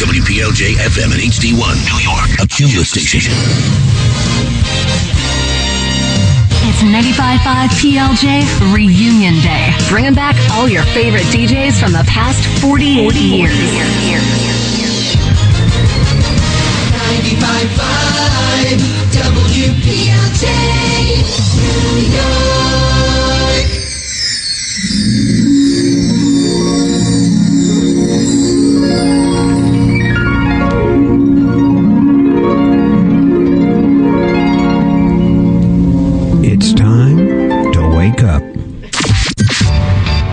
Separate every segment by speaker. Speaker 1: WPLJ FM and HD1, New York, a Julia station.
Speaker 2: It's 95.5 PLJ Reunion Day. Bringing back all your favorite DJs from the past 48 years.
Speaker 3: It's time to wake up.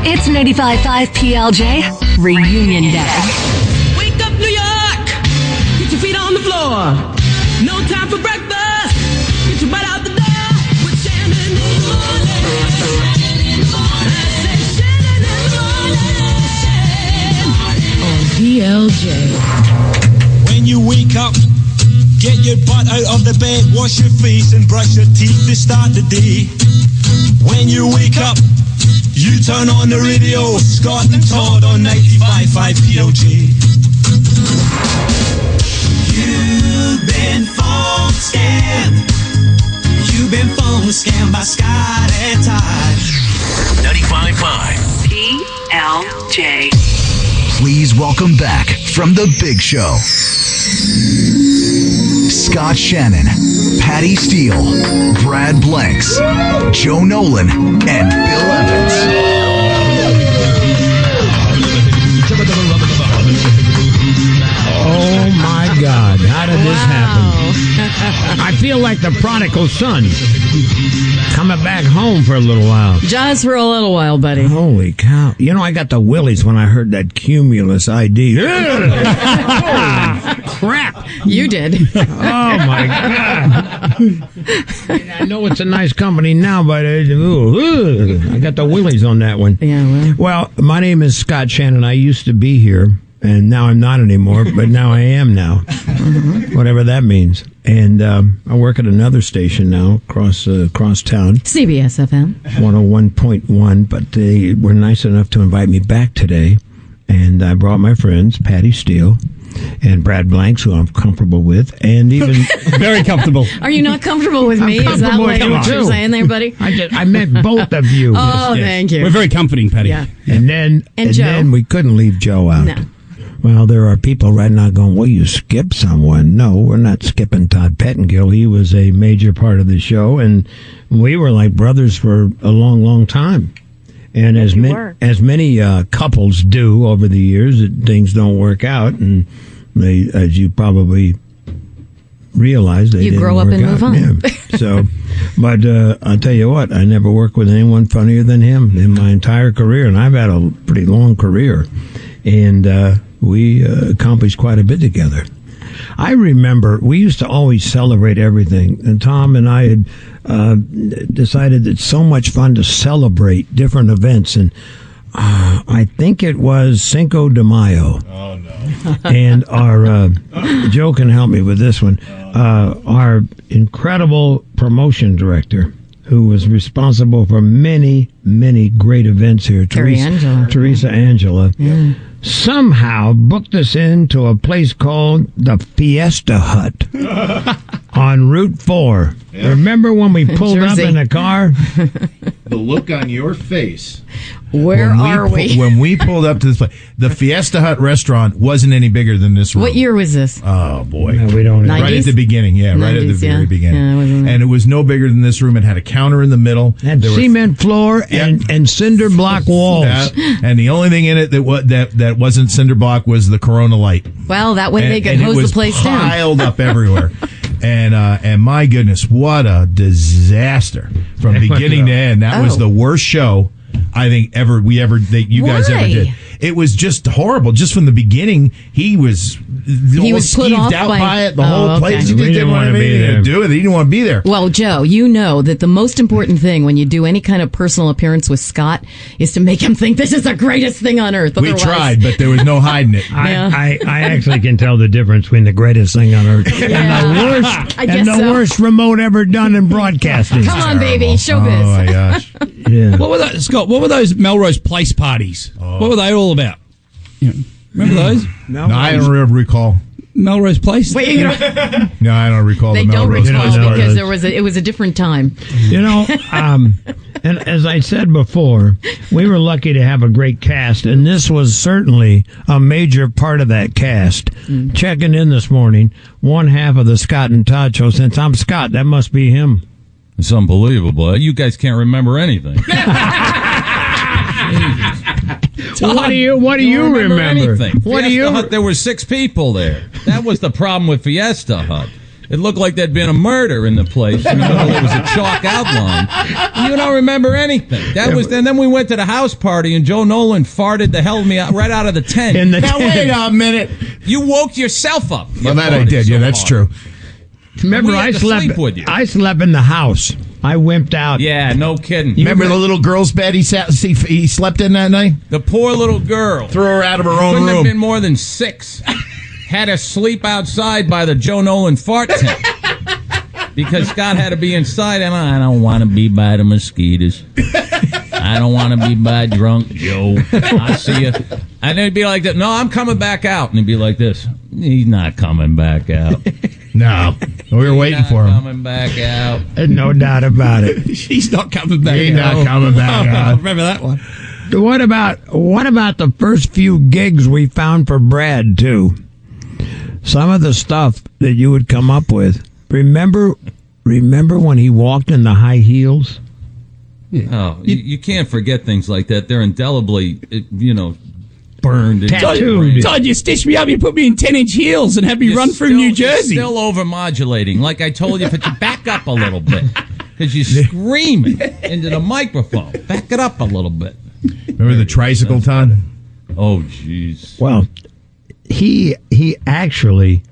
Speaker 2: It's 95.5 PLJ Reunion Day.
Speaker 4: Wake up, New York! Get your feet on the floor. No time for breakfast. Get your butt out the door. We're Shannon in the morning. I said Shannon in the morning. On DLJ.
Speaker 5: When you wake up, get your butt out of the bed, wash your face and brush your teeth to start the day. When you wake up, you turn on the radio, Scott and Todd on 95.5 PLG. You've been phone scammed. You've been phone scammed by Scott and Todd.
Speaker 1: 95.5.
Speaker 2: PLJ.
Speaker 6: Please welcome back from the big show. Scott Shannon, Patty Steele, Brad Blanks, Joe Nolan, and Bill Evans.
Speaker 7: Oh my God! How did this happen? I feel like the prodigal son coming back home for a little while.
Speaker 8: Just for a little while, buddy.
Speaker 7: Holy cow! You know I got the willies when I heard that cumulus ID. Holy crap!
Speaker 9: Mm.
Speaker 8: You did.
Speaker 7: Oh my God! I know it's a nice company now, but uh, ooh, ooh, I got the willies on that one.
Speaker 8: Yeah, well.
Speaker 7: Well, my name is Scott Shannon. I used to be here, and now I'm not anymore, but now I am now,
Speaker 8: Uh-huh.
Speaker 7: whatever that means. And um, I work at another station now across uh, across town,
Speaker 8: CBS FM.
Speaker 7: 101.1. But they were nice enough to invite me back today, and I brought my friends Patty Steele and Brad Blanks, who I'm comfortable with, and even
Speaker 10: Very comfortable.
Speaker 8: Are you not comfortable with me? Is that
Speaker 7: comfortable
Speaker 8: like
Speaker 7: with
Speaker 8: what
Speaker 7: you.
Speaker 8: you're saying there, buddy?
Speaker 7: I just I met both of you.
Speaker 8: Oh, thank you.
Speaker 10: We're very comforting, Patty.
Speaker 8: Yeah.
Speaker 7: And then
Speaker 8: And
Speaker 7: and,
Speaker 8: Joe.
Speaker 7: then we couldn't leave Joe out.
Speaker 8: No.
Speaker 7: Well, there are people right now going, "Well, you skip someone." No, we're not skipping Todd Pettingill. He was a major part of the show, and we were like brothers for a long, long time. And as many as many uh, couples do over the years, it, things don't work out, and they, as you probably realize, they
Speaker 8: You
Speaker 7: didn't
Speaker 8: grow up
Speaker 7: work
Speaker 8: and
Speaker 7: out.
Speaker 8: move on.
Speaker 7: Yeah. So, but uh, I'll tell you what, I never worked with anyone funnier than him in my entire career, and I've had a pretty long career, and uh, we uh, accomplished quite a bit together. I remember we used to always celebrate everything, and Tom and I had uh, decided it's so much fun to celebrate different events, and uh, I think it was Cinco de Mayo and our uh, Joe can help me with this one. Uh, our incredible promotion director, who was responsible for many, many great events here,
Speaker 8: Terry
Speaker 7: Teresa
Speaker 8: Angela.
Speaker 7: Teresa Angela, somehow booked us into a place called the Fiesta Hut on Route Four. Remember when we pulled up
Speaker 8: Jersey.
Speaker 7: in a car?
Speaker 9: the look on your face
Speaker 8: Where
Speaker 9: when
Speaker 8: are
Speaker 9: pu-
Speaker 8: we?
Speaker 9: when we pulled up to this place. The Fiesta Hut restaurant wasn't any bigger than this room.
Speaker 8: What year was this?
Speaker 9: Oh boy.
Speaker 7: No, we don't.
Speaker 8: Nice.
Speaker 9: uh, Right at the beginning, yeah, right at the
Speaker 8: 90s, yeah.
Speaker 9: very beginning,
Speaker 8: Yeah, it wasn't-
Speaker 9: and it was no bigger than this room. It had a counter in the middle.
Speaker 7: Had
Speaker 9: There were-
Speaker 7: cement floor and, and cinder block walls.
Speaker 9: Yeah, and the only thing in it that wa- that that wasn't cinder block was the Corona light.
Speaker 8: Well, that way
Speaker 9: and,
Speaker 8: they could
Speaker 9: and it
Speaker 8: hose
Speaker 9: was
Speaker 8: the place down.
Speaker 9: piled up everywhere. and uh, and my goodness, what a disaster from beginning to end. That
Speaker 8: Oh.
Speaker 9: was the worst show I think ever we ever that you guys ever
Speaker 8: Why?
Speaker 9: did. It was just horrible. Just from the beginning, he was all
Speaker 8: was put
Speaker 9: skeeved
Speaker 8: off
Speaker 9: out
Speaker 8: by-
Speaker 9: by, it. The
Speaker 8: Oh,
Speaker 9: whole
Speaker 8: okay.
Speaker 9: place, he just
Speaker 7: We didn't
Speaker 9: didn't, want
Speaker 7: wanna
Speaker 9: to
Speaker 7: be there.
Speaker 9: do it. He didn't want to be there.
Speaker 8: Well, Joe, you know that the most important thing when you do any kind of personal appearance with Scott is to make him think this is the greatest thing on earth.
Speaker 9: we
Speaker 8: Otherwise-
Speaker 9: tried, but there was no hiding it.
Speaker 8: Yeah.
Speaker 7: I, I, I actually can tell the difference between the greatest thing on earth and the worst
Speaker 8: I
Speaker 7: and
Speaker 8: guess
Speaker 7: the
Speaker 8: so.
Speaker 7: worst remote ever done in broadcasting.
Speaker 8: Come on, baby,
Speaker 9: Oh
Speaker 8: showbiz.
Speaker 9: my gosh!
Speaker 7: Yeah.
Speaker 10: What were those, Scott? What were those Melrose Place parties? What were they all about? Remember those?
Speaker 9: No, I don't re- recall.
Speaker 10: Melrose Place.
Speaker 8: Wait, you know-
Speaker 9: No, I don't recall
Speaker 8: they
Speaker 9: the
Speaker 8: don't
Speaker 9: Melrose
Speaker 8: recall
Speaker 9: Place part.
Speaker 8: because there was a, it was a different time.
Speaker 7: You know, um, and as I said before, we were lucky to have a great cast, and this was certainly a major part of that cast.
Speaker 8: Mm.
Speaker 7: Checking in this morning, one half of the Scott and Todd show. Since I'm Scott, that must be him.
Speaker 11: It's unbelievable. You guys can't remember anything.
Speaker 7: what do you What do you
Speaker 11: Don't
Speaker 7: remember?
Speaker 11: Anything.
Speaker 7: What
Speaker 11: Fiesta
Speaker 7: do you?
Speaker 11: Hut, there were six people there. That was the problem with Fiesta Hut. It looked like there'd been a murder in the place. You know, there was a chalk outline. You don't remember anything. That was. And then we went to the house party, and Joe Nolan farted the hell me out right out of the tent.
Speaker 7: In the
Speaker 9: Now, tent. wait a minute.
Speaker 11: You woke yourself up.
Speaker 9: Well,
Speaker 11: You
Speaker 9: that I
Speaker 11: farted
Speaker 9: did.
Speaker 11: so
Speaker 9: Yeah, that's
Speaker 11: hard.
Speaker 9: true.
Speaker 7: Remember,
Speaker 11: We had
Speaker 7: I
Speaker 11: to
Speaker 7: slept.
Speaker 11: sleep with you.
Speaker 7: I slept in the house. I wimped out.
Speaker 11: Yeah, no kidding.
Speaker 9: Remember the little girl's bed he sat he, he slept in that night?
Speaker 11: The poor little girl.
Speaker 9: Threw her out of her own
Speaker 11: Couldn't
Speaker 9: room.
Speaker 11: have been more than six. had to sleep outside by the Joe Nolan fart tent. Because Scott had to be inside, and I don't want to be by the mosquitoes. I don't want to be by drunk Joe. I see you. And they'd be like, that, No, I'm coming back out. And he'd be like, This, he's not coming back out.
Speaker 9: No. We were waiting for him.
Speaker 11: Coming back out.
Speaker 7: uh, No doubt about it.
Speaker 10: She's not coming back.
Speaker 9: He's not coming back out.
Speaker 10: Remember that one?
Speaker 7: What about what about the first few gigs we found for Brad too? Some of the stuff that you would come up with. Remember, remember when he walked in the high heels?
Speaker 11: Oh, you, you can't forget things like that. They're indelibly, uh, you know, burned. into your brain.
Speaker 7: Tattooed.
Speaker 10: Todd, you stitched me up. You put me in ten-inch heels and had me
Speaker 11: You're
Speaker 10: run through
Speaker 11: still-
Speaker 10: New
Speaker 11: you're
Speaker 10: Jersey.
Speaker 11: Still overmodulating, like I told you, but you back up a little bit because you're screaming into the microphone. Back it up a little bit.
Speaker 9: Remember the tricycle, Todd?
Speaker 11: Oh, jeez.
Speaker 7: Well, he he actually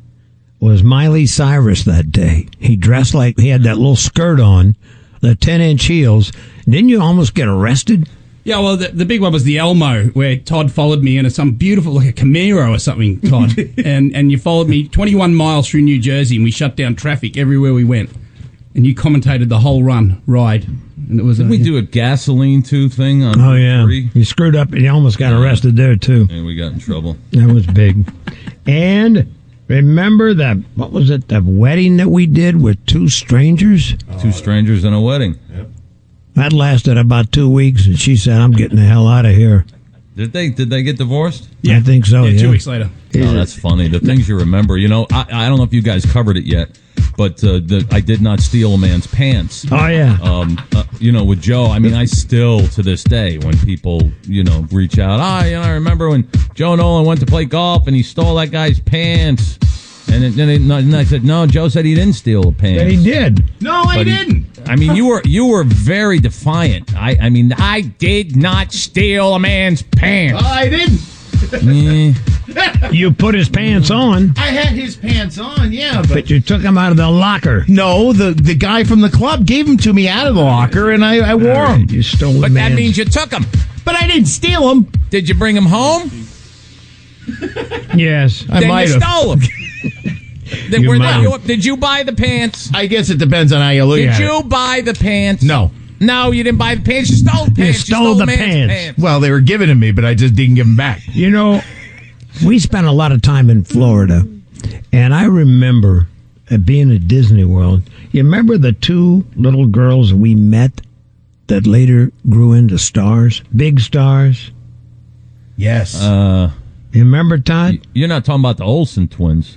Speaker 7: was Miley Cyrus that day. He dressed like he had that little skirt on, the ten inch heels. Didn't you almost get arrested?
Speaker 10: Yeah, well, the, the big one was the Elmo, where Todd followed me in a, some beautiful, like a Camaro or something, Todd. and and you followed me 21 miles through New Jersey, and we shut down traffic everywhere we went. And you commentated the whole run ride, and it was
Speaker 11: Did we do a gasoline too thing on
Speaker 7: Oh yeah,
Speaker 11: three?
Speaker 7: you screwed up. and You almost got arrested there too.
Speaker 11: And we got in trouble.
Speaker 7: That was big. And remember that what was it? That wedding that we did with two strangers
Speaker 11: Two strangers in a wedding.
Speaker 7: that lasted about two weeks, and she said, "I'm getting the hell out of here."
Speaker 11: Did they? Did they get divorced?
Speaker 7: I think so.
Speaker 10: yeah,
Speaker 7: Yeah,
Speaker 10: two weeks later.
Speaker 11: Oh, that's funny. The things you remember. You know, I, I don't know if you guys covered it yet, but uh, the, I did not steal a man's pants.
Speaker 7: Oh yeah.
Speaker 11: um, uh, you know, with Joe, I mean, I still to this day when people, you know, reach out, ah, you know, I remember when Joe Nolan went to play golf and he stole that guy's pants, and then and and I said, no, Joe said he didn't steal the pants.
Speaker 7: and he did.
Speaker 9: No, I
Speaker 11: But he- I mean, you were you were very defiant. I I mean, I did not steal a man's
Speaker 7: Oh,
Speaker 11: pants.
Speaker 9: I didn't.
Speaker 11: Eh,
Speaker 7: You put his pants on,
Speaker 9: I had his pants on, yeah,
Speaker 7: but you took him out of the locker.
Speaker 9: no, the the guy from the club gave them to me out of the locker, and I, I wore them.
Speaker 7: You stole
Speaker 11: but
Speaker 7: the
Speaker 11: that
Speaker 7: man's-
Speaker 11: means you took him.
Speaker 9: But I didn't steal them.
Speaker 11: Did you bring him home?
Speaker 7: yes.
Speaker 9: I
Speaker 11: then
Speaker 9: might
Speaker 11: you
Speaker 9: have.
Speaker 11: stole him. Then
Speaker 7: You
Speaker 11: were
Speaker 7: might
Speaker 11: they-
Speaker 7: have.
Speaker 11: did you buy the pants?
Speaker 9: I guess it depends on how you look
Speaker 11: Did
Speaker 9: at
Speaker 11: you
Speaker 9: it.
Speaker 11: buy the pants?
Speaker 9: No.
Speaker 11: No, you didn't buy the pants. You stole the pants.
Speaker 7: stole the
Speaker 11: man's
Speaker 7: pants.
Speaker 9: Well, they were given to me, but I just didn't give them back.
Speaker 7: You know, we spent a lot of time in Florida, and I remember uh, being at Disney World. You remember the two little girls we met that later grew into stars, big stars?
Speaker 9: Yes.
Speaker 7: You remember, Todd?
Speaker 11: You're not talking about the Olsen twins.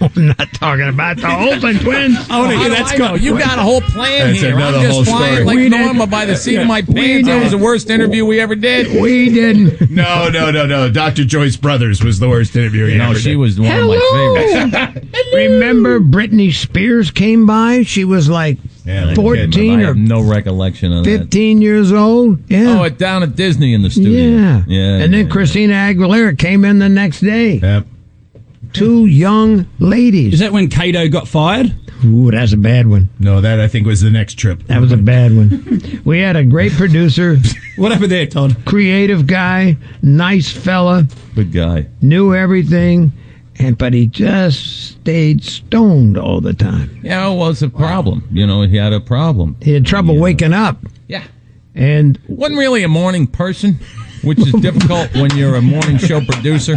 Speaker 7: I'm not talking about the Olsen twins.
Speaker 10: I want to hear Oh, that's
Speaker 11: go. You got a whole plan
Speaker 9: That's
Speaker 11: here.
Speaker 9: another
Speaker 11: I'm just
Speaker 9: whole
Speaker 11: flying
Speaker 9: story.
Speaker 11: like
Speaker 7: We did-
Speaker 11: Norma by the seat of my pants. That
Speaker 7: did-
Speaker 11: was the worst interview we ever did.
Speaker 7: We didn't.
Speaker 9: no, no, no, no. Dr. Joyce Brothers was the worst interview he
Speaker 11: No,
Speaker 9: ever
Speaker 11: she
Speaker 9: did.
Speaker 11: was one of my favorites.
Speaker 7: Remember, Britney Spears came by. She was like
Speaker 9: Yeah, like
Speaker 11: I
Speaker 7: 14 or
Speaker 11: have no recollection of that.
Speaker 7: 15 years old. Yeah.
Speaker 11: Oh, at, down at Disney in the studio.
Speaker 7: yeah.
Speaker 11: yeah.
Speaker 7: And then
Speaker 11: yeah.
Speaker 7: Christina Aguilera came in the next day.
Speaker 9: Yep.
Speaker 7: Two young
Speaker 10: Is
Speaker 7: ladies.
Speaker 10: that when Kato got fired?
Speaker 7: Ooh, that's a bad one.
Speaker 9: No, that I think was the next trip.
Speaker 7: That was a bad one. We had a great producer,
Speaker 10: What happened there, Todd?
Speaker 7: creative guy, nice fella,
Speaker 11: Good guy.
Speaker 7: knew everything, and but he just stayed stoned all the time.
Speaker 11: Yeah, it was a problem. You know, he had a problem.
Speaker 7: He had trouble waking up,
Speaker 11: Yeah.
Speaker 7: and
Speaker 11: Wasn't really a morning person. which is difficult when you're a morning show producer.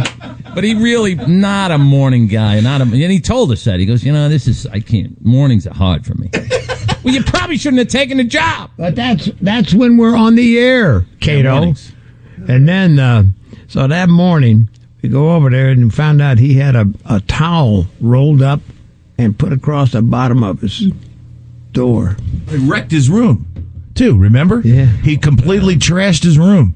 Speaker 11: But he really not a morning guy, not a, and he told us that he goes, you know, this is I can't. Mornings are hard for me. well, you probably shouldn't have taken the job.
Speaker 7: But that's that's when we're on the air, Cato. And then, uh, so that morning, we go over there and found out he had a, a towel rolled up and put across the bottom of his door.
Speaker 9: He wrecked his room, too. Remember? Yeah. He completely trashed his room.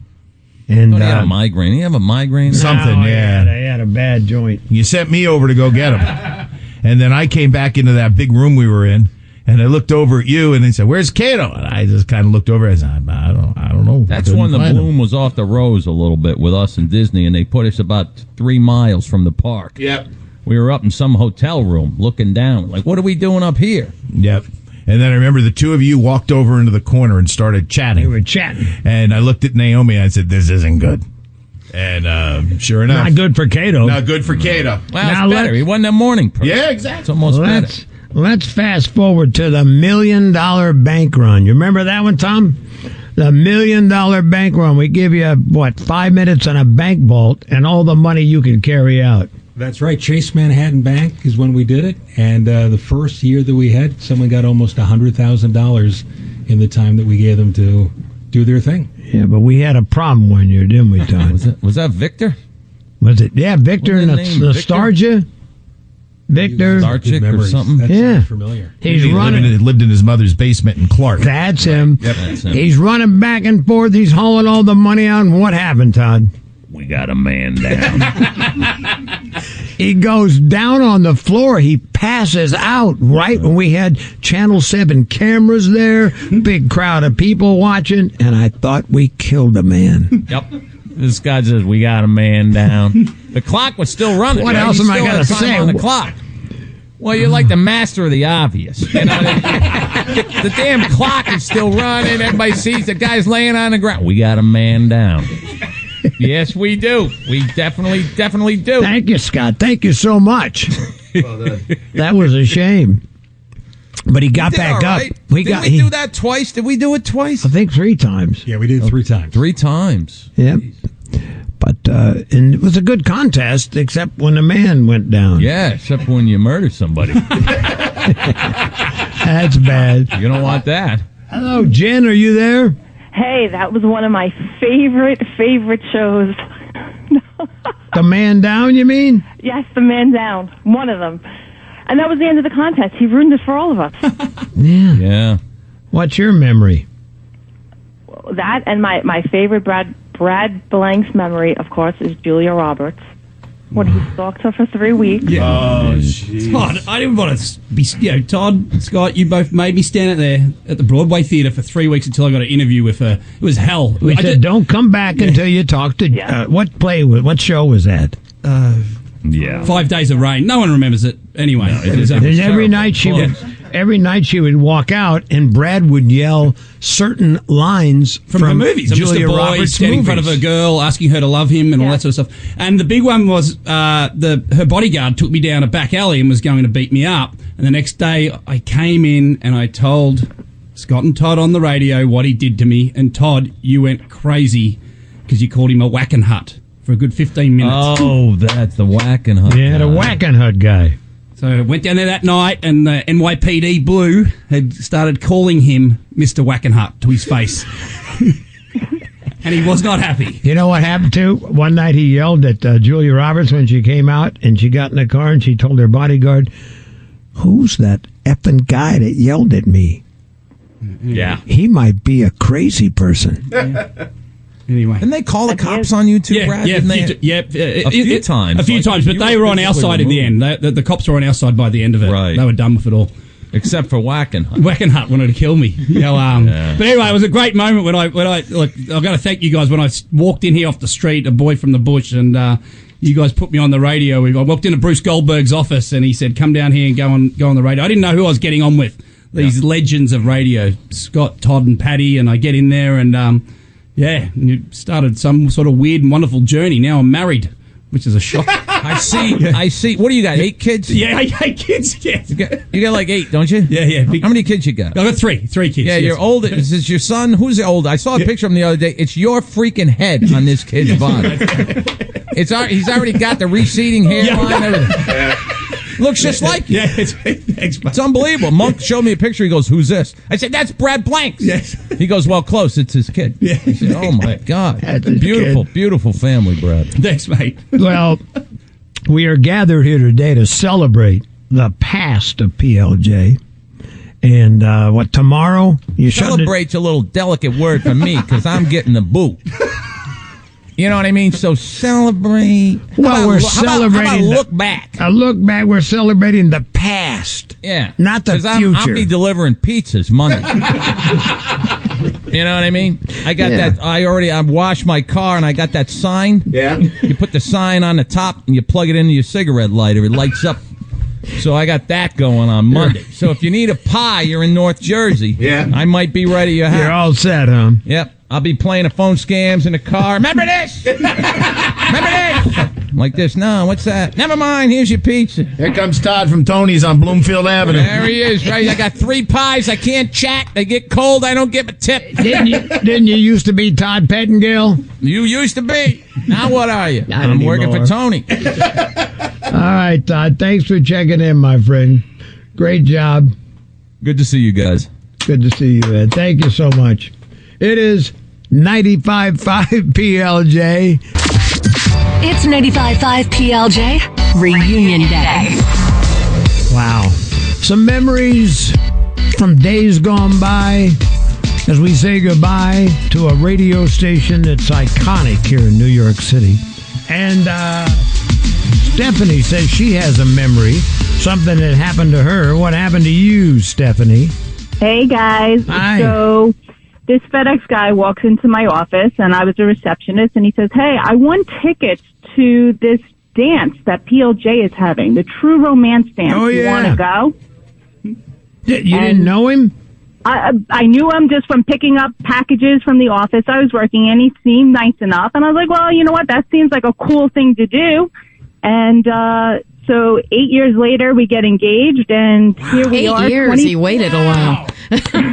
Speaker 7: And uh,
Speaker 11: He had a migraine. He have a migraine.
Speaker 9: Something,
Speaker 7: No, he
Speaker 9: yeah.
Speaker 7: had a- he had a bad joint.
Speaker 9: You sent me over to go get him. and then I came back into that big room we were in. And I looked over at you, and they said, "Where's Cato?" And I just kind of looked over. I said, "I I don't, I don't know."
Speaker 11: That's
Speaker 9: Couldn't
Speaker 11: when the
Speaker 9: find him.
Speaker 11: bloom was off the rose a little bit with us and Disney, and they put us about three miles from the park.
Speaker 9: Yep.
Speaker 11: We were up in some hotel room looking down, like, what are we doing up here?
Speaker 9: Yep. And then I remember the two of you walked over into the corner and started chatting. They were
Speaker 7: chatting.
Speaker 9: And I looked at Naomi and I said, "This isn't good." And um, sure enough,
Speaker 7: Not good for Cato.
Speaker 9: Not good for Cato.
Speaker 11: Well, it's better. He wasn't a morning person.
Speaker 9: Yeah, exactly.
Speaker 11: It's almost better.
Speaker 7: let's, let's fast forward to the million dollar bank run. You remember that one, Tom? The million dollar bank run. We give you, what, five minutes on a bank vault and all the money you can carry out.
Speaker 12: That's right. Chase Manhattan Bank is when we did it, and uh, the first year that we had, someone got almost hundred thousand dollars in the time that we gave them to do their thing.
Speaker 7: Yeah, but we had a problem one year, didn't we, Tom? was,
Speaker 11: it, was that Victor?
Speaker 7: Was it? Yeah, Victor
Speaker 11: Wasn't
Speaker 7: and
Speaker 11: his name
Speaker 7: Nostargia. Victor.
Speaker 11: Starchick or Memories. something? That
Speaker 7: yeah.
Speaker 11: sounds familiar.
Speaker 7: He's
Speaker 9: He lived
Speaker 7: running.
Speaker 9: in- lived in his mother's basement in Clark.
Speaker 7: That's him.
Speaker 9: Yep. That's him.
Speaker 7: He's running back and forth. He's hauling all the money out. And what happened, Todd?
Speaker 11: We got a man down.
Speaker 7: He goes down on the floor. He passes out right when we had Channel 7 cameras there, big crowd of people watching, and I thought we killed a man.
Speaker 11: yep. This guy says, we got a man down. The clock was still running.
Speaker 7: What
Speaker 11: right?
Speaker 7: else
Speaker 11: He
Speaker 7: am I
Speaker 11: still had
Speaker 7: gonna
Speaker 11: time
Speaker 7: say?
Speaker 11: on the clock. Well, you're like the master of the obvious. You know, the damn clock is still running. Everybody sees the guy's laying on the ground. We got a man down. yes, we do. We definitely, definitely do.
Speaker 7: Thank you, Scott. Thank you so much. That was a shame. But he got
Speaker 11: Did
Speaker 7: back
Speaker 11: all right.
Speaker 7: up. We
Speaker 11: Did
Speaker 7: got
Speaker 11: we
Speaker 7: he-
Speaker 11: do that twice? Did we do it twice?
Speaker 7: I think three times.
Speaker 12: Yeah, we did three times.
Speaker 11: Three times.
Speaker 7: Yep. But uh, and it was a good contest, except when the man went down.
Speaker 11: Yeah, except when you murder somebody.
Speaker 7: That's bad.
Speaker 11: You don't want that.
Speaker 7: Hello, Jen. Are you there?
Speaker 13: Hey, that was one of my favorite, favorite shows.
Speaker 7: The man down. You mean?
Speaker 13: Yes, The Man Down, one of them. And that was the end of the contest. He ruined it for all of us.
Speaker 7: Yeah.
Speaker 11: Yeah.
Speaker 7: What's your memory?
Speaker 13: that and my, my favorite Brad, Brad Blank's memory, of course, is Julia Roberts. When he stalked her for three weeks.
Speaker 10: Oh, Todd, I didn't want to be. You know, Todd, Scott, you both made me stand out there at the Broadway Theatre for three weeks until I got an interview with her. It was hell.
Speaker 7: We
Speaker 10: I
Speaker 7: said,
Speaker 10: did-
Speaker 7: don't come back until you talk to. Uh, what play? was? What show was that? Uh,
Speaker 11: Yeah.
Speaker 10: Five Days of Rain. No one remembers it anyway. it was,
Speaker 7: And every night she would, every night she would walk out, and Brad would yell certain lines
Speaker 10: from,
Speaker 7: from,
Speaker 10: her movies. I'm
Speaker 7: Julia
Speaker 10: just a boy
Speaker 7: Roberts
Speaker 10: standing in front of
Speaker 7: movies.
Speaker 10: a girl, asking her to love him, and all that sort of stuff. And the big one was uh, the her bodyguard took me down a back alley and was going to beat me up. And the next day, I came in and I told Scott and Todd on the radio what he did to me. And Todd, you went crazy because you called him a whacking hut for a good 15 minutes.
Speaker 11: Oh, that's the whacking hut.
Speaker 7: Yeah, the
Speaker 11: guy.
Speaker 7: whacking hood guy.
Speaker 10: So I went down there that night, and the NYPD Blue had started calling him Mr. Wackenhut to his face. and he was not happy.
Speaker 7: You know what happened to? One night he yelled at uh, Julia Roberts when she came out and she got in the car and she told her bodyguard, Who's that effing guy that yelled at me?
Speaker 11: Yeah.
Speaker 7: He might be a crazy person.
Speaker 10: Anyway.
Speaker 11: Didn't they call the cops on you too,
Speaker 10: yeah,
Speaker 11: Brad?
Speaker 10: Yeah,
Speaker 11: Didn't they-
Speaker 10: a few, ti- yeah, uh,
Speaker 11: A few times,
Speaker 10: A few
Speaker 11: like,
Speaker 10: times, but
Speaker 11: you
Speaker 10: they
Speaker 11: were
Speaker 10: were on our
Speaker 11: physically
Speaker 10: side at the end. They, the, the cops were on our side by the end of it.
Speaker 11: Right.
Speaker 10: They were done with it all.
Speaker 11: Except for whacking hut.
Speaker 10: Wackenhut wanted to kill me. You know, um,
Speaker 11: Yeah.
Speaker 10: But anyway, it was a great moment when I when I look. I got to thank you guys when I s- walked in here off the street, a boy from the bush, and uh, you guys put me on the radio. We- I walked into Bruce Goldberg's office, and he said, "Come down here and go on go on the radio." I didn't know who I was getting on with. These legends of radio, Scott, Todd, and Patty, and I get in there, and um, yeah, and you started some sort of weird and wonderful journey. Now I'm married, which is a shock.
Speaker 11: I see. I see. What do you got? Eight kids?
Speaker 10: Yeah, I got kids. Yeah.
Speaker 11: You got, you got like eight, don't you? Yeah,
Speaker 10: yeah.
Speaker 11: How many kids you got?
Speaker 10: I got three. Three kids.
Speaker 11: Yeah,
Speaker 10: yes.
Speaker 11: your old. Is this your son? Who's the old? I saw a picture of him the other day. It's your freaking head on this kid's body. it's al- he's already got the receding hairline. and Everything. Looks just like you.
Speaker 10: Yeah, it's, thanks,
Speaker 11: it's unbelievable. Monk showed me a picture. He goes, "Who's this?" I said, "That's Brad Blanks." Yes. He goes, "Well, close. It's his kid." Yeah. I said, "Oh my God, beautiful, beautiful family, Brad."
Speaker 10: Thanks, mate.
Speaker 7: well, we are gathered here today to celebrate the past of PLJ. And uh, what tomorrow? You shut it.
Speaker 11: Celebrate's a little delicate word for me because I'm getting the boot. You know what I mean? So celebrate. How
Speaker 7: Well,
Speaker 11: about
Speaker 7: we're
Speaker 11: lo- how about- how about
Speaker 7: celebrating. the-
Speaker 11: look back.
Speaker 7: A Uh, look back. We're celebrating the past.
Speaker 11: Yeah,
Speaker 7: Not the
Speaker 11: 'Cause I'm- I'll
Speaker 7: future.
Speaker 11: be delivering pizzas Monday. you know what I mean? I got
Speaker 7: Yeah.
Speaker 11: that. I already I washed my car and I got that sign. Yeah, you put the sign on the top and you plug it into your cigarette lighter. It lights up. So I got that going on Monday. So if you need a pie, you're in North Jersey. Yeah, I might be right at your house.
Speaker 7: You're all set, huh?
Speaker 11: Yep. I'll be playing the phone scams in the car. Remember this? Remember this? I'm like this. No, what's that? Never mind. Here's your pizza.
Speaker 9: Here comes Todd from Tony's on Bloomfield Avenue.
Speaker 11: There he is, right? I got three pies. I can't chat. They get cold. I don't give a tip.
Speaker 7: didn't, you, didn't you used to be Todd Pettingill?
Speaker 11: You used to be. Now what are you?
Speaker 7: Not
Speaker 11: I'm working
Speaker 7: anymore.
Speaker 11: for Tony.
Speaker 7: All right, Todd. Thanks for checking in, my friend. Great job.
Speaker 11: Good to see you guys.
Speaker 7: Good to see you, Ed. Thank you so much. It is 95.5 PLJ.
Speaker 2: It's 95.5 PLJ Reunion Day.
Speaker 7: Wow. Some memories from days gone by as we say goodbye to a radio station that's iconic here in New York City. And uh, Stephanie says she has a memory, something that happened to her. What happened to you, Stephanie?
Speaker 13: Hey guys.
Speaker 7: Hi.
Speaker 13: So this FedEx guy walks into my office and I was a receptionist and he says, Hey, I won tickets to this dance that PLJ is having, the true romance dance.
Speaker 7: Oh,
Speaker 13: You
Speaker 7: yeah.
Speaker 13: wanna go?
Speaker 7: You didn't know him?
Speaker 13: I I knew him just from picking up packages from the office I was working in. He seemed nice enough, and I was like, well, you know what? That seems like a cool thing to do. And uh, so eight years later, we get engaged, and here we
Speaker 8: Eight
Speaker 13: are.
Speaker 8: years.
Speaker 13: 20
Speaker 8: he waited a while.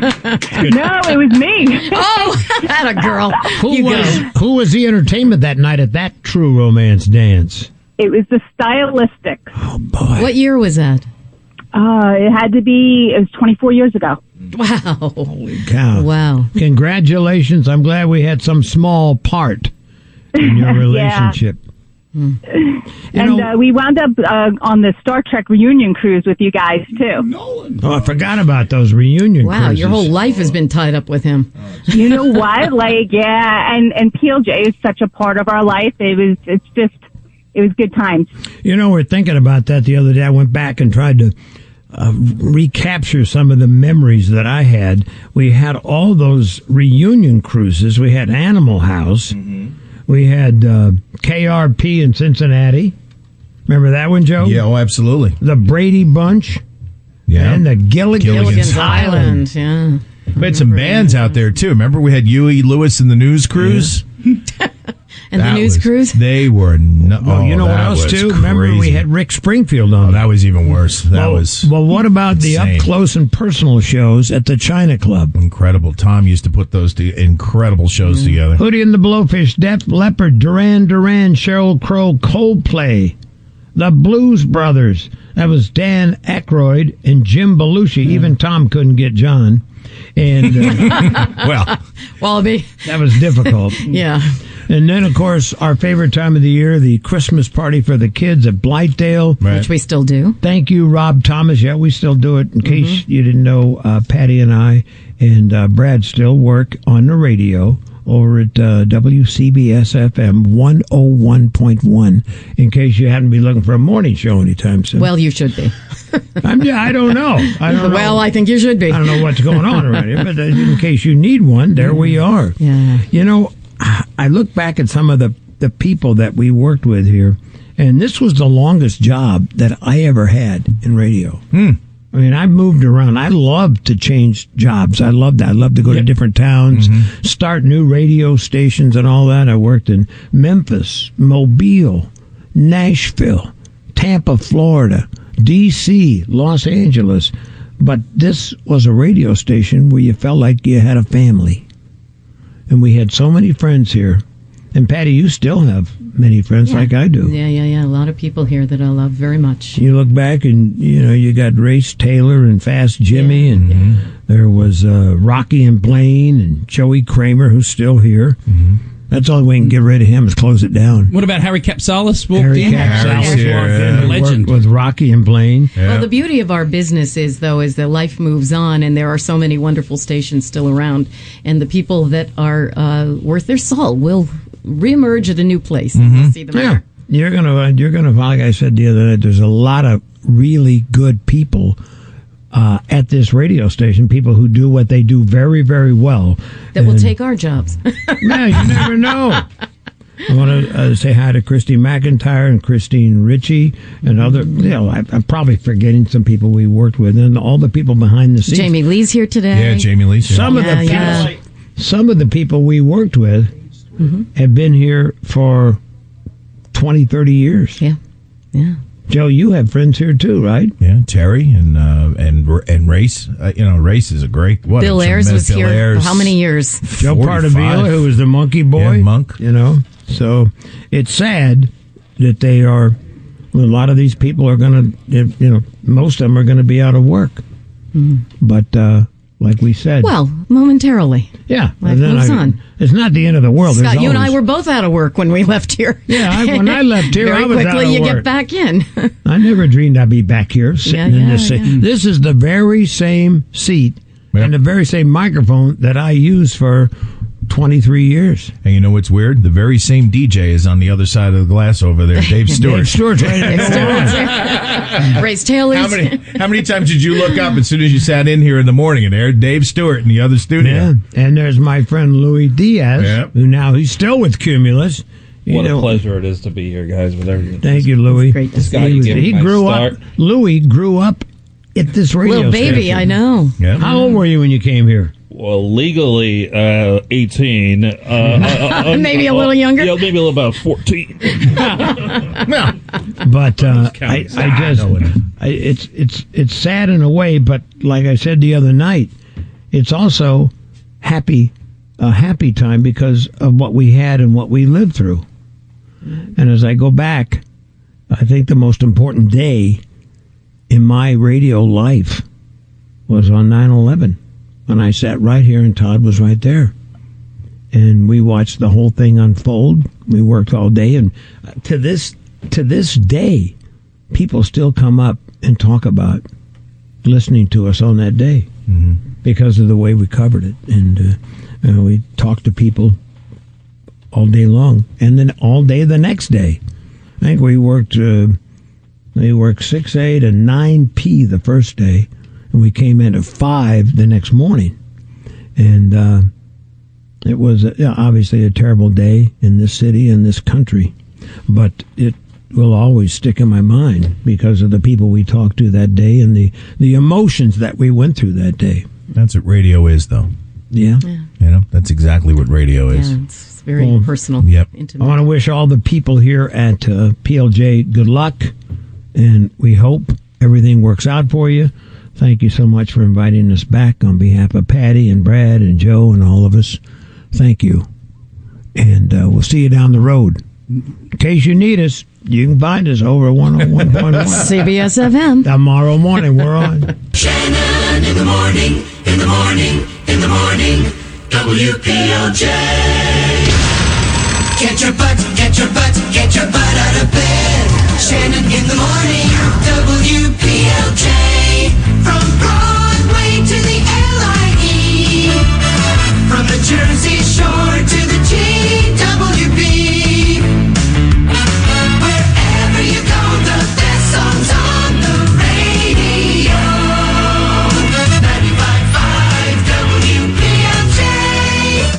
Speaker 13: no, it was me.
Speaker 8: oh, that a girl.
Speaker 7: Who
Speaker 8: You go.
Speaker 7: was who was the entertainment that night at that true romance dance?
Speaker 13: It was the stylistics.
Speaker 8: What year was that?
Speaker 13: Uh, it had to be. It was 24 years ago.
Speaker 8: Wow.
Speaker 7: Cow.
Speaker 8: Wow.
Speaker 7: Congratulations. I'm glad we had some small part in your
Speaker 13: Yeah. Hmm.
Speaker 7: relationship.
Speaker 13: and uh, we wound up uh, on the Star Trek reunion cruise with you guys too.
Speaker 7: Oh, I forgot about those reunion
Speaker 8: Wow, your whole life has been tied up with him.
Speaker 7: Oh,
Speaker 13: you know what? Like, yeah, and and PLJ is such a part of our life. It was, it's just, it was good times.
Speaker 7: You know, we're thinking about that the other day. I went back and tried to uh, recapture some of the memories that I had. We had all those reunion cruises. We had Animal House.
Speaker 9: Mm-hmm.
Speaker 7: We had uh, KRP in Cincinnati. Remember that one, Joe?
Speaker 9: Yeah, oh, absolutely.
Speaker 7: The Brady Bunch.
Speaker 9: Yeah.
Speaker 7: And the Gilligan's,
Speaker 9: Gilligan's
Speaker 7: Island.
Speaker 8: Island, yeah.
Speaker 9: We had some bands out there too. Remember, we had Huey Lewis and the News Cruise.
Speaker 8: And the
Speaker 9: That
Speaker 8: news
Speaker 9: was-
Speaker 8: crews?
Speaker 9: They were no.
Speaker 7: Oh, you know what
Speaker 9: that
Speaker 7: else
Speaker 9: was
Speaker 7: too? Remember we
Speaker 9: crazy.
Speaker 7: had Rick Springfield on.
Speaker 9: Oh, that was even worse. That
Speaker 7: well,
Speaker 9: was
Speaker 7: well. What about the
Speaker 9: insane.
Speaker 7: up close and personal shows at the China Club?
Speaker 9: incredible. Tom used to put those two incredible shows
Speaker 7: Mm-hmm.
Speaker 9: together.
Speaker 7: Hootie and the Blowfish, Def Leppard, Duran Duran, Cheryl Crow, Coldplay, the Blues Brothers. That was Dan Aykroyd and Jim Belushi. Even Tom couldn't get John, and uh,
Speaker 9: Well,
Speaker 8: Wallaby.
Speaker 7: that was difficult.
Speaker 8: Yeah.
Speaker 7: And then, of course, our favorite time of the year, the Christmas party for the kids at Blightdale.
Speaker 9: right.
Speaker 8: Which we still do.
Speaker 7: Thank you, Rob Thomas. Yeah, we still do it.
Speaker 8: Mm-hmm.
Speaker 7: In case you didn't know, uh, Patty and I and uh, Brad still work on the radio over at uh, WCBS FM 101.1. In case you happen to be looking for a morning show anytime soon.
Speaker 8: Well, you should be.
Speaker 7: I'm, yeah, I don't know. I don't know.
Speaker 8: Well, I think you should be.
Speaker 7: I don't know what's going on around here, but uh, in case you need one, there we
Speaker 8: Mm-hmm.
Speaker 7: are.
Speaker 8: Yeah.
Speaker 7: You know, I I look back at some of the, the people that we worked with here, and this was the longest job that I ever had in radio. I mean, I moved around. I love to change jobs. I love that. I love to go to different towns, start new radio stations and all that. I worked in Memphis, Mobile, Nashville, Tampa, Florida, D.C., Los Angeles. But this was a radio station where you felt like you had a family. And we had so many friends here. And Patty, you still have many friends
Speaker 8: Yeah.
Speaker 7: like I do.
Speaker 8: Yeah, yeah, yeah. A lot of people here that I love very much.
Speaker 7: You look back and you know you got Race Taylor and Fast Jimmy, and
Speaker 8: Mm-hmm.
Speaker 7: there was uh, Rocky and Blaine and Joey Kramer, who's still here.
Speaker 8: Mm-hmm.
Speaker 7: That's the only way we can get rid of him is close it down.
Speaker 10: What about Harry Capsalis? Walked
Speaker 7: Harry
Speaker 10: in.
Speaker 7: Capsalis
Speaker 10: Walked in,
Speaker 7: yeah.
Speaker 10: legend.
Speaker 7: Worked with Rocky and Blaine.
Speaker 8: Well, the beauty of our business is, though, is that life moves on, and there are so many wonderful stations still around, and the people that are uh, worth their salt will reemerge at a new place. and we'll
Speaker 7: Mhm.
Speaker 8: see them
Speaker 7: yeah.
Speaker 8: there.
Speaker 7: You're gonna uh, you're gonna like I said the other night. There's a lot of really good people uh, at this radio station. People who do what they do very very well.
Speaker 8: That will
Speaker 7: And-
Speaker 8: take our jobs.
Speaker 7: yeah, you never know. I want to uh, say hi to Christine McIntyre and Christine Ritchie and other. You know, I, I'm probably forgetting some people we worked with and all the people behind the scenes.
Speaker 8: Jamie Lee's here today.
Speaker 7: Some of the
Speaker 8: Yeah,
Speaker 7: people, some of the people we worked with
Speaker 8: Mm-hmm.
Speaker 7: have been here for 20, 30 years.
Speaker 8: Yeah, yeah.
Speaker 7: Joe, you have friends here too, right?
Speaker 9: Yeah, Terry and uh, and and Race. Uh, you know, Race is a great. What,
Speaker 8: Bill
Speaker 9: a
Speaker 8: Ayers
Speaker 9: tremendous-
Speaker 8: was
Speaker 9: Bill
Speaker 8: here
Speaker 9: Ayers.
Speaker 8: for how many years?
Speaker 7: Joe Partavilla, who was the monkey boy, monk. You know, so it's sad that they are. A lot of these people are going to, you know, most of them are going to be out of work. But uh, like we said,
Speaker 8: Hmm. Well, momentarily.
Speaker 7: yeah,
Speaker 8: life
Speaker 7: and then
Speaker 8: moves
Speaker 7: I-
Speaker 8: on.
Speaker 7: It's not the end of the world.
Speaker 8: Scott,
Speaker 7: Oh, There's
Speaker 8: you and I
Speaker 7: always-
Speaker 8: were both out of work when we left here.
Speaker 7: Yeah, I- when I left here,
Speaker 8: very
Speaker 7: I was out
Speaker 8: quickly
Speaker 7: of
Speaker 8: you
Speaker 7: work.
Speaker 8: get back in.
Speaker 7: I never dreamed I'd be back here sitting
Speaker 8: Yeah,
Speaker 7: in
Speaker 8: yeah,
Speaker 7: this. seat.
Speaker 8: yeah.
Speaker 7: This is the very same seat and the very same microphone that I used for 23 years.
Speaker 9: And you know what's weird? The very same DJ is on the other side of the glass over there, Dave Stewart.
Speaker 7: Dave Stewart's right at the door.
Speaker 8: Race Taylor's.
Speaker 9: How many, how many times did you look up as soon as you sat in here in the morning and there Dave Stewart in the other studio?
Speaker 7: Yeah. And there's my friend Louis Diaz, who now he's still with Cumulus. You
Speaker 14: what
Speaker 7: know,
Speaker 14: a pleasure it is to be here, guys, with everything.
Speaker 7: Thank you, Louis.
Speaker 14: great to This see guy,
Speaker 7: he
Speaker 14: you
Speaker 7: was-
Speaker 14: gave
Speaker 7: he
Speaker 14: him a
Speaker 7: grew
Speaker 14: start.
Speaker 7: up. Louis grew up at this radio
Speaker 8: Little baby,
Speaker 7: station.
Speaker 8: I know. Yeah.
Speaker 7: How old were you when you came here?
Speaker 14: Well, legally, uh, 18. Uh, uh, uh,
Speaker 8: Maybe a
Speaker 14: uh,
Speaker 9: Oh,
Speaker 8: little younger?
Speaker 14: Yeah, maybe a little about 14.
Speaker 7: but uh, I,
Speaker 14: counting.
Speaker 7: I just I, it's it's it's sad in a way, but like I said the other night, it's also happy a happy time because of what we had and what we lived through. And as I go back, I think the most important day in my radio life was on 9/11 when I sat right here and Todd was right there and we watched the whole thing unfold. We worked all day, and uh, to this to this day, people still come up and talk about listening to us on that day because of the way we covered it, and uh, uh, we talked to people all day long, and then all day the next day. I think we worked. Uh, we worked six a to nine p the first day, and we came in at five the next morning, and. Uh, it was uh, yeah, obviously a terrible day in this city and this country, but it will always stick in my mind because of the people we talked to that day and the, the emotions that we went through that day.
Speaker 9: That's what radio is, though.
Speaker 7: Yeah.
Speaker 9: You know, that's exactly what radio is.
Speaker 8: it's very
Speaker 7: Well,
Speaker 8: personal.
Speaker 9: Oh. Yep.
Speaker 8: Intimate.
Speaker 7: I want to wish all the people here at uh, PLJ good luck, and we hope everything works out for you. Thank you so much for inviting us back on behalf of Patty and Brad and Joe and all of us. Thank you. And uh, we'll see you down the road. In case you need us, you can find us over 101.1.
Speaker 9: Oh.
Speaker 8: CBS FM.
Speaker 7: Tomorrow morning, we're on.
Speaker 4: Shannon in the morning, in the morning, in the morning, WPLJ. Get your butt, get your butt, get your butt out of bed. Shannon in the E.